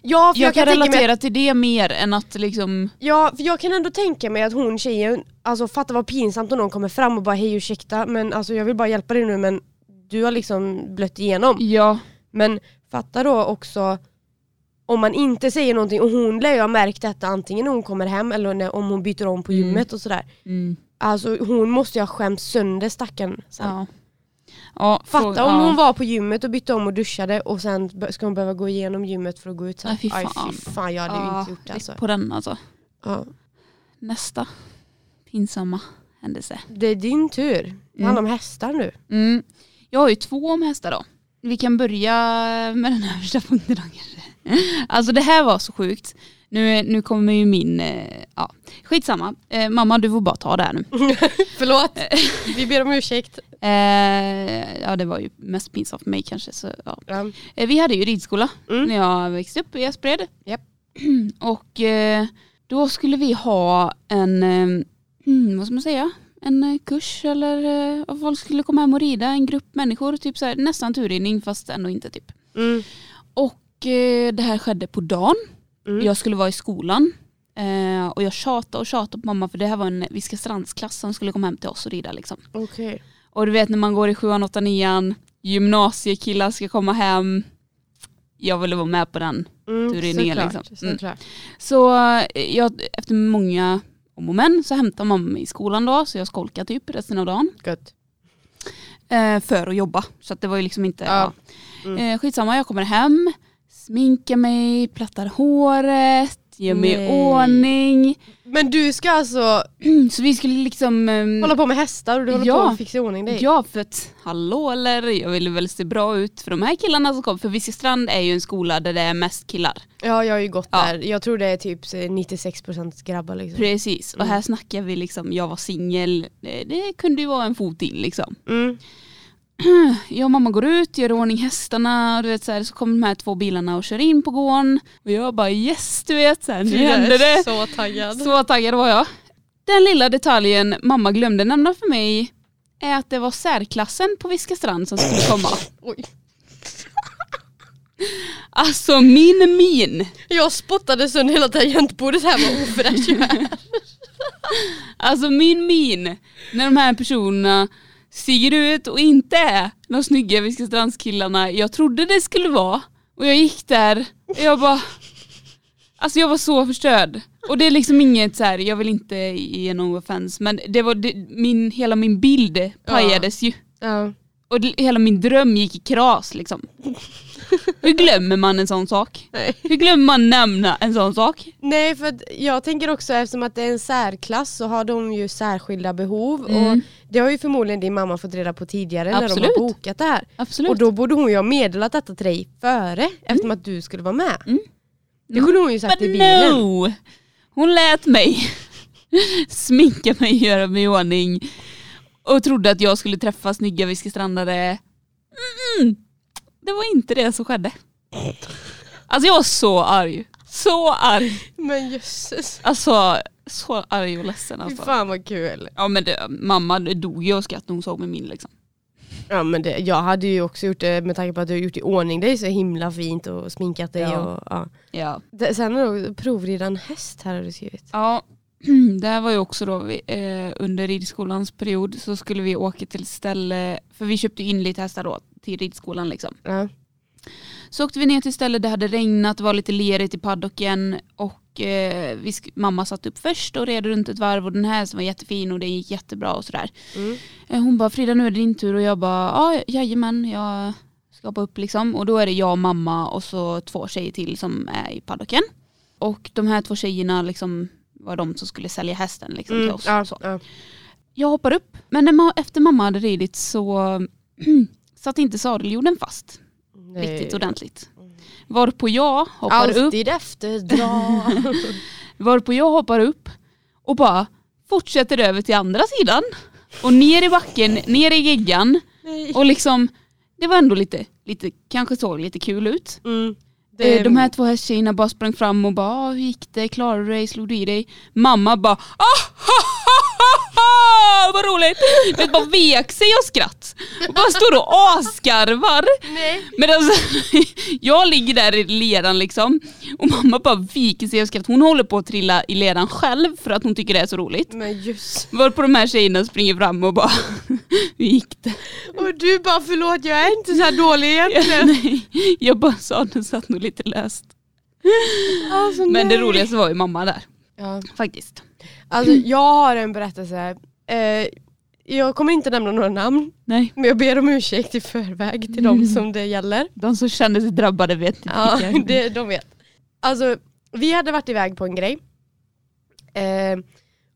Speaker 2: ja, för
Speaker 1: Jag, kan,
Speaker 2: tänka mig att-
Speaker 1: relatera till det mer än att liksom,
Speaker 2: Ja, för jag kan ändå tänka mig att hon tjejen, alltså fatta vad pinsamt om någon kommer fram och bara hej ursäkta men alltså jag vill bara hjälpa dig nu men du har liksom blött igenom.
Speaker 1: ja.
Speaker 2: Men fatta då också om man inte säger någonting och hon lär ju ha märkt detta antingen när hon kommer hem eller när, om hon byter om på
Speaker 1: Mm.
Speaker 2: gymmet och sådär. Alltså hon måste ju ha skämt sönder stackaren. sen.
Speaker 1: ja. ja
Speaker 2: Fatta
Speaker 1: fråga-
Speaker 2: om
Speaker 1: ja.
Speaker 2: hon var på gymmet och bytte om och duschade och sen be- ska hon behöva gå igenom gymmet för att gå ut sen.
Speaker 1: Nej, fy
Speaker 2: Aj,
Speaker 1: fan. Ah,
Speaker 2: fy fan jag hade ju
Speaker 1: Ja,
Speaker 2: inte gjort det alltså.
Speaker 1: På den alltså.
Speaker 2: Ja.
Speaker 1: Nästa pinsamma händelse.
Speaker 2: Det är din tur. Det handlar om hästar nu.
Speaker 1: Mm. Jag har ju två om hästar då. Vi kan börja med den här första punkten då kanske. Alltså det här var så sjukt. Nu, nu kommer ju min, eh, ja skitsamma. Eh, mamma du får bara ta det här nu.
Speaker 2: Förlåt, vi ber om ursäkt.
Speaker 1: Eh, ja det var ju mest pinsamt för mig kanske. Så, ja.
Speaker 2: Ja.
Speaker 1: Eh, vi hade ju ridskola
Speaker 2: Mm.
Speaker 1: när jag växte upp i Aspred.
Speaker 2: Japp.
Speaker 1: Och eh, då skulle vi ha en, eh, mm, vad ska man säga, en eh, kurs eller eh, att folk skulle komma hem och rida, en grupp människor, typ så här, nästan turridning fast ändå inte typ.
Speaker 2: Mm.
Speaker 1: Och eh, det här skedde på dagen,
Speaker 2: Mm.
Speaker 1: jag skulle vara i skolan. Eh, och jag tjatade och tjatade på mamma för det här var en Viskastrandsklass som skulle komma hem till oss och rida liksom.
Speaker 2: Okej.
Speaker 1: Och du vet när man går i sjuan, åttan, nian, gymnasiekillar ska komma hem. Jag ville vara med på den.
Speaker 2: Mm,
Speaker 1: Tur är ner,
Speaker 2: såklart,
Speaker 1: liksom. Mm.
Speaker 2: såklart.
Speaker 1: Så eh, jag, efter många om och men så hämtade mamma mig i skolan då, så jag skolkade typ resten av dagen.
Speaker 2: Gött.
Speaker 1: Eh, för att jobba, så att det var ju liksom inte...
Speaker 2: Ja.
Speaker 1: Ja.
Speaker 2: Mm.
Speaker 1: Eh, skitsamma, jag kommer hem, sminkar mig, plattar håret, gör mig i
Speaker 2: Nej.
Speaker 1: ordning. Mm,
Speaker 2: Men du ska alltså
Speaker 1: Så vi skulle liksom... ehm,
Speaker 2: hålla på med hästar och du håller
Speaker 1: Ja.
Speaker 2: på att fixa i ordning dig?
Speaker 1: Ja, för att hallå eller, jag ville väl se bra ut för de här killarna som kom. För Viskestrand är ju en skola där det är mest killar.
Speaker 2: Ja, jag har ju gått
Speaker 1: Ja.
Speaker 2: där. Jag tror det är typ så 96% grabbar liksom.
Speaker 1: Precis, och här snackar vi liksom, jag var singel, Eh, det kunde ju vara en fot in liksom.
Speaker 2: Mm.
Speaker 1: Jag och mamma går ut, gör i ordning hästarna och du vet så här, så kommer de här två bilarna och kör in på gården. Och jag bara yes du vet, så här, nu hände det.
Speaker 2: Så taggad.
Speaker 1: Så taggad var jag. Den lilla detaljen mamma glömde nämna för mig är att det var särklassen på Viskastrand som skulle komma.
Speaker 2: Oj.
Speaker 1: Alltså min min!
Speaker 2: Jag spottade sönder hela tangentbordet här vad ofräsch jag är.
Speaker 1: Alltså min min! När de här personerna stiger ut och inte är de snygga Viskastrands-killarna jag trodde det skulle vara. Och jag gick där och jag bara... Alltså jag var så förstörd. Och det är liksom inget så här, jag vill inte ge någon offense men det var det, min, hela min bild pajades ju.
Speaker 2: Ja.
Speaker 1: Och Och det- hela min dröm gick i kras liksom. Hur glömmer man en sån sak?
Speaker 2: Nej.
Speaker 1: Hur glömmer man nämna en sån sak?
Speaker 2: Nej för att jag tänker också eftersom att det är en särklass så har de ju särskilda behov
Speaker 1: Mm.
Speaker 2: och det har ju förmodligen din mamma fått reda på tidigare när
Speaker 1: Absolut.
Speaker 2: de har bokat det här.
Speaker 1: Absolut.
Speaker 2: Och då borde hon ju ha meddelat detta till dig före eftersom att du skulle vara med.
Speaker 1: Mm.
Speaker 2: Det kunde hon ju sagt i
Speaker 1: But
Speaker 2: bilen.
Speaker 1: no! Hon lät mig sminka mig, göra mig i ordning och trodde att jag skulle träffa snygga whiskystrandare. Mm, det var inte det som skedde. Alltså jag var så arg. Så arg.
Speaker 2: Men jösses.
Speaker 1: Alltså så arg och ledsen
Speaker 2: Fy
Speaker 1: alltså.
Speaker 2: fan vad kul.
Speaker 1: Ja men det, mamma dog ju av skratt när hon såg mig min liksom.
Speaker 2: Ja men det, jag hade ju också gjort det med tanke på att du har gjort i ordning dig så himla fint och sminkat dig.
Speaker 1: Ja.
Speaker 2: Och, ja.
Speaker 1: Ja.
Speaker 2: Det, sen har du provridda en häst här har du skrivit.
Speaker 1: ja. Det här var ju också då vi, eh, under ridskolans period så skulle vi åka till ställe, för vi köpte ju in lite hästar då till ridskolan liksom.
Speaker 2: Ja.
Speaker 1: Så åkte vi ner till stället, det hade regnat, det var lite lerigt i paddocken och eh, vi sk- mamma satt upp först och red runt ett varv och den här som var jättefin och det gick jättebra och sådär.
Speaker 2: Mm.
Speaker 1: Eh, hon bara Frida nu är det din tur och jag bara ja jajamän jag ska hoppa upp liksom och då är det jag, mamma och så två tjejer till som är i paddocken. Och de här två tjejerna liksom var de som skulle sälja hästen liksom, till
Speaker 2: Mm,
Speaker 1: oss.
Speaker 2: ja,
Speaker 1: Så.
Speaker 2: ja.
Speaker 1: Jag hoppar upp men när ma- efter mamma hade ridit så satt inte sadeljorden fast
Speaker 2: Nej.
Speaker 1: riktigt ordentligt. Varpå jag hoppar upp,
Speaker 2: Eh, Mm. Alltid efter dra.
Speaker 1: varpå jag hoppar upp och bara fortsätter över till andra sidan och ner i backen, ner i geggan
Speaker 2: Nej.
Speaker 1: och liksom det var ändå lite, lite kanske såg lite kul ut.
Speaker 2: Mm.
Speaker 1: Eh, De här två hästtjejerna bara sprang fram och bara "Ah, hur gick det, klarade du dig, slog du i dig? Mamma bara ah, ha, ha, ha, ha, vad roligt! Du vet, bara vek sig av skratt och bara står och asgarvar.
Speaker 2: Nej.
Speaker 1: Men alltså, jag ligger där i leran liksom och mamma bara viker sig av skratt. Hon håller på att trilla i leran själv för att hon tycker det är så roligt.
Speaker 2: Men just.
Speaker 1: Varpå de här tjejerna springer fram och bara, hur gick det?
Speaker 2: Och du bara förlåt jag är inte så här dålig egentligen.
Speaker 1: Jag, nej, jag bara sa det satt nog lite löst.
Speaker 2: Alltså,
Speaker 1: Men det
Speaker 2: nej.
Speaker 1: roligaste var ju mamma där
Speaker 2: Ja.
Speaker 1: faktiskt.
Speaker 2: Alltså
Speaker 1: Mm.
Speaker 2: jag har en berättelse. Eh, jag kommer inte nämna några namn
Speaker 1: Nej,
Speaker 2: men jag ber om ursäkt i förväg till
Speaker 1: Mm.
Speaker 2: de som det gäller.
Speaker 1: de som kände sig drabbade vet inte
Speaker 2: Ja,
Speaker 1: vilka.
Speaker 2: det, de vet. Alltså, vi hade varit iväg på en grej. Eh,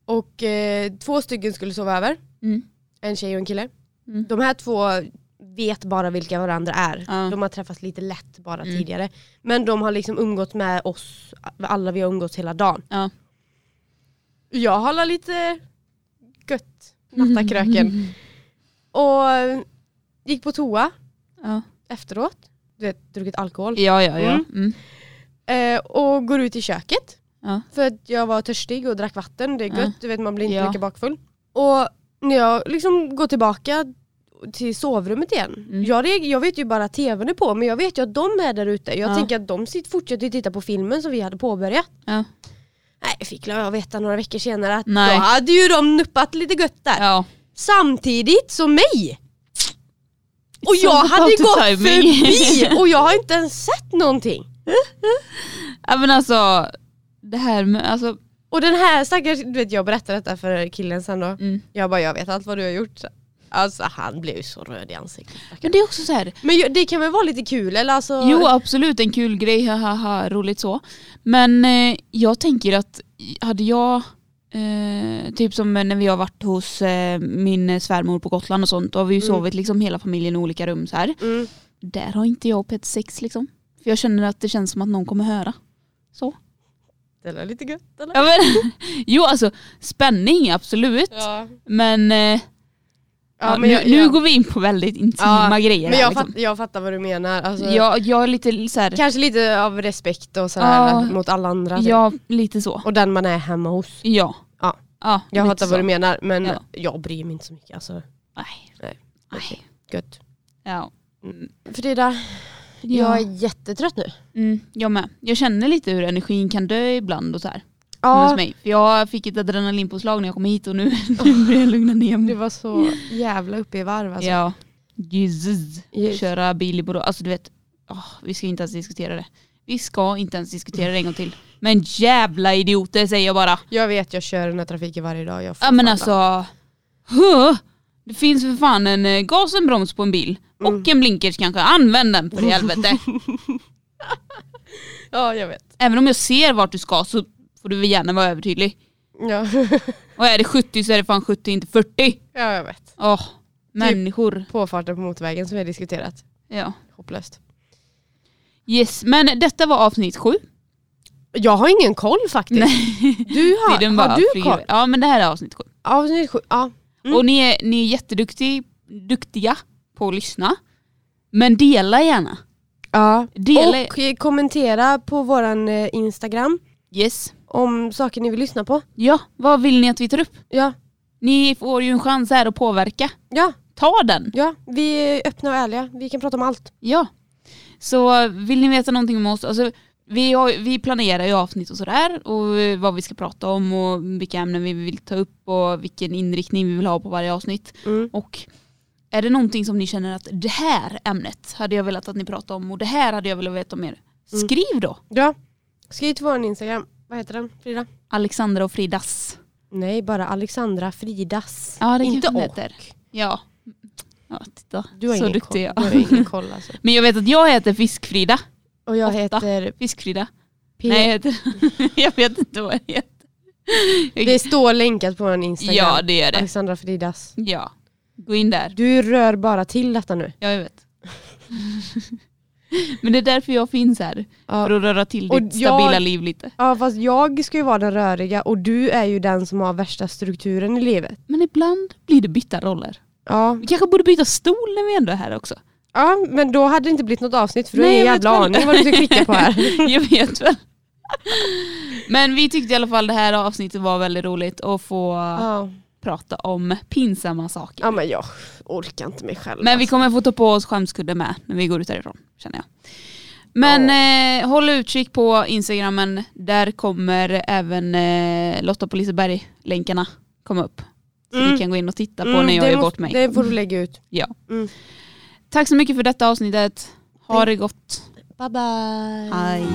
Speaker 2: och eh, två stycken skulle sova över.
Speaker 1: Mm.
Speaker 2: En tjej och en kille.
Speaker 1: Mm.
Speaker 2: De här två vet bara vilka varandra är.
Speaker 1: Ja.
Speaker 2: De har träffats lite lätt bara
Speaker 1: Mm.
Speaker 2: tidigare. Men de har liksom umgått med oss, alla vi har umgåtts hela dagen.
Speaker 1: Ja.
Speaker 2: Jag har lite gött, natta kröken. Och gick på toa
Speaker 1: Ja,
Speaker 2: efteråt. Du vet, druckit alkohol.
Speaker 1: ja, ja. ja.
Speaker 2: Mm.
Speaker 1: Mm.
Speaker 2: Eh, och går ut i köket.
Speaker 1: Ja.
Speaker 2: För att jag var törstig och drack vatten, det är
Speaker 1: Ja.
Speaker 2: gött, du vet man blir inte
Speaker 1: Ja.
Speaker 2: lika bakfull. Och när jag liksom går tillbaka till sovrummet igen.
Speaker 1: Mm.
Speaker 2: Jag, reager- jag vet ju bara att tvn är på men jag vet ju att de är där ute. Jag
Speaker 1: Ja.
Speaker 2: tänker att de sitter, fortsätter titta på filmen som vi hade påbörjat.
Speaker 1: Ja.
Speaker 2: Nej, jag fick jag veta några veckor senare att
Speaker 1: Nej.
Speaker 2: då hade ju de nuppat lite gött där.
Speaker 1: ja.
Speaker 2: Samtidigt som mig! Och
Speaker 1: It's
Speaker 2: jag
Speaker 1: all
Speaker 2: hade
Speaker 1: about the
Speaker 2: gått
Speaker 1: timing.
Speaker 2: förbi och jag har inte ens sett någonting.
Speaker 1: Ja men alltså, det här med, alltså,
Speaker 2: Och den här stackars, du vet jag berättade detta för killen sen då.
Speaker 1: mm.
Speaker 2: Jag bara jag vet allt vad du har gjort. Alltså han blev ju så röd i ansiktet.
Speaker 1: men det är också så här,
Speaker 2: Men ju- det kan väl vara lite kul eller alltså?
Speaker 1: Jo absolut en kul grej, haha roligt så. Men eh, jag tänker att hade jag, eh, typ som när vi har varit hos eh, min svärmor på Gotland och sånt, då har vi ju
Speaker 2: Mm.
Speaker 1: sovit liksom hela familjen i olika rum så här.
Speaker 2: Mm.
Speaker 1: Där har inte jag och Peter sex liksom. För jag känner att det känns som att någon kommer höra. Så.
Speaker 2: Det lät lite gött eller?
Speaker 1: Ja, men, jo alltså spänning absolut.
Speaker 2: Ja.
Speaker 1: Men, eh, ja,
Speaker 2: men
Speaker 1: nu,
Speaker 2: jag,
Speaker 1: nu
Speaker 2: jag,
Speaker 1: går vi in på väldigt intima
Speaker 2: Ja,
Speaker 1: grejer.
Speaker 2: men
Speaker 1: här,
Speaker 2: jag,
Speaker 1: liksom.
Speaker 2: fatt, jag fattar vad du menar. Alltså,
Speaker 1: jag, jag är lite så här,
Speaker 2: Kanske lite av respekt och sådär
Speaker 1: Ja.
Speaker 2: mot alla andra. typ.
Speaker 1: ja lite så.
Speaker 2: Och den man är hemma hos.
Speaker 1: Ja.
Speaker 2: Ja.
Speaker 1: ja
Speaker 2: Jag
Speaker 1: lite
Speaker 2: fattar
Speaker 1: så.
Speaker 2: vad du menar men
Speaker 1: Ja.
Speaker 2: jag bryr mig inte så mycket. Alltså,
Speaker 1: Nej.
Speaker 2: Nej.
Speaker 1: Nej.
Speaker 2: gött.
Speaker 1: Ja.
Speaker 2: Frida, jag
Speaker 1: Jag,
Speaker 2: är jättetrött nu.
Speaker 1: mm, jag med. Jag känner lite hur energin kan dö ibland och så här. Hos
Speaker 2: Ja,
Speaker 1: mig. För jag fick ett adrenalinpåslag när jag kom hit och nu, nu börjar jag lugna ner
Speaker 2: du
Speaker 1: mig.
Speaker 2: Oh. var så jävla uppe i varv alltså.
Speaker 1: Ja. Jesus.
Speaker 2: Yes.
Speaker 1: Köra bil i Borås. Alltså du vet. åh, vi ska inte ens diskutera det. Vi ska inte ens diskutera det en gång till. Men jävla idioter säger jag bara. alltså.
Speaker 2: Jag vet jag kör den här trafiken varje dag. Jag får
Speaker 1: Ja men
Speaker 2: fan
Speaker 1: alltså. huh. Det finns för fan en eh, gas, en broms på en bil.
Speaker 2: Mm.
Speaker 1: Och en blinkers kanske. Använd den för i helvete.
Speaker 2: Ja jag vet.
Speaker 1: Även om jag ser vart du ska så får du väl gärna vara övertydlig.
Speaker 2: Ja,
Speaker 1: Och är det 70 så är det fan 70 inte 40.
Speaker 2: ja jag vet.
Speaker 1: Åh, människor.
Speaker 2: Påfarten på motorvägen som vi har diskuterat.
Speaker 1: Ja.
Speaker 2: Hopplöst.
Speaker 1: Yes, men detta var avsnitt sju.
Speaker 2: Jag har ingen koll faktiskt. Du har,
Speaker 1: Tiden bara
Speaker 2: har du
Speaker 1: flyger.
Speaker 2: koll?
Speaker 1: Ja men det här är avsnitt sju.
Speaker 2: Avsnitt sju, ja. Mm.
Speaker 1: Och ni är, ni är jätteduktiga på att lyssna. Men dela gärna.
Speaker 2: ja.
Speaker 1: Dela.
Speaker 2: Och eh, kommentera på våran eh, Instagram
Speaker 1: yes.
Speaker 2: om saker ni vill lyssna på.
Speaker 1: Ja, vad vill ni att vi tar upp?
Speaker 2: Ja,
Speaker 1: Ni får ju en chans här att påverka.
Speaker 2: ja,
Speaker 1: Ta den!
Speaker 2: ja. Vi är öppna och ärliga. Vi kan prata om allt.
Speaker 1: Ja. Så eh, vill ni veta någonting om oss, alltså, vi, har, vi planerar ju avsnitt och sådär och eh, vad vi ska prata om och vilka ämnen vi vill ta upp och vilken inriktning vi vill ha på varje avsnitt.
Speaker 2: Mm.
Speaker 1: Och är det någonting som ni känner att det här ämnet hade jag velat att ni pratade om och det här hade jag velat veta mer.
Speaker 2: Mm.
Speaker 1: Skriv då!
Speaker 2: Ja. Skriv till våran Instagram. Vad heter den? Frida?
Speaker 1: Alexandra och Fridas.
Speaker 2: Nej, bara Alexandra Fridas.
Speaker 1: Ja det
Speaker 2: Inte
Speaker 1: kanske den
Speaker 2: och.
Speaker 1: heter. Ja. ja titta,
Speaker 2: Du har
Speaker 1: så
Speaker 2: ingen
Speaker 1: duktig
Speaker 2: koll. Du
Speaker 1: jag.
Speaker 2: har ingen koll alltså.
Speaker 1: Men jag vet att jag heter Fiskfrida.
Speaker 2: Och jag
Speaker 1: Åtta.
Speaker 2: heter
Speaker 1: Fiskfrida.
Speaker 2: P.
Speaker 1: Nej jag, heter... jag vet inte vad jag heter.
Speaker 2: Det står länkat på vår Instagram.
Speaker 1: Ja det är det.
Speaker 2: Alexandra Fridas.
Speaker 1: Ja, gå in där.
Speaker 2: Du rör bara till detta nu.
Speaker 1: Ja, jag vet. Men det är därför jag finns här. För
Speaker 2: Ja.
Speaker 1: att röra till
Speaker 2: Och
Speaker 1: ditt
Speaker 2: jag-
Speaker 1: stabila liv lite.
Speaker 2: ja fast jag ska ju vara den röriga och du är ju den som har värsta strukturen i livet.
Speaker 1: Men ibland blir det bytta roller.
Speaker 2: Ja,
Speaker 1: Vi kanske borde byta stol när vi ändå är här också.
Speaker 2: ja men då hade det inte blivit något avsnitt för du har
Speaker 1: Nej,
Speaker 2: ingen
Speaker 1: jag vet
Speaker 2: jävla
Speaker 1: väl.
Speaker 2: aning vad du ska klicka på här.
Speaker 1: jag vet väl. Men vi tyckte i alla fall det här avsnittet var väldigt roligt att få
Speaker 2: Ja.
Speaker 1: prata om pinsamma saker.
Speaker 2: ja men jag orkar inte mig själv. alltså.
Speaker 1: Men vi kommer få ta på oss skämskudden med när vi går ut härifrån känner jag. Men eh, håll utkik på instagrammen, där kommer även eh, Lotta på Liseberg länkarna komma upp. Så
Speaker 2: Mm.
Speaker 1: ni kan gå in och titta på
Speaker 2: Mm,
Speaker 1: när jag
Speaker 2: det
Speaker 1: är
Speaker 2: måste-
Speaker 1: bort mig.
Speaker 2: Det får du lägga ut.
Speaker 1: Ja.
Speaker 2: Mm.
Speaker 1: Tack så mycket för detta avsnittet. Ha det gott.
Speaker 2: Bye bye.
Speaker 1: Hej.